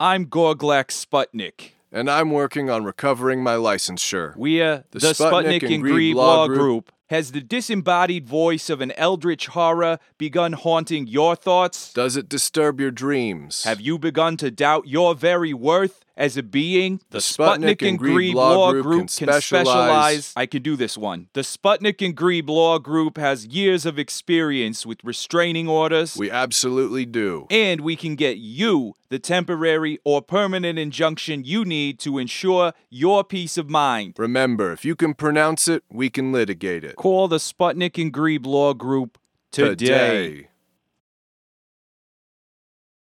I'm Gorglak Sputnik. and I'm working on recovering my licensure. We're the, Sputnik, and Greed Law group. Has the disembodied voice of an eldritch horror begun haunting your thoughts? Does it disturb your dreams? Have you begun to doubt your very worth as a being? The, Sputnik and Grebe Law Group can specialize- I can do this one. The Sputnik and Grebe Law Group has years of experience with restraining orders. we absolutely do. and we can get you the temporary or permanent injunction you need to ensure your peace of mind. Remember, if you can pronounce it, we can litigate it. Call the Sputnik and Grebe Law Group today. Today.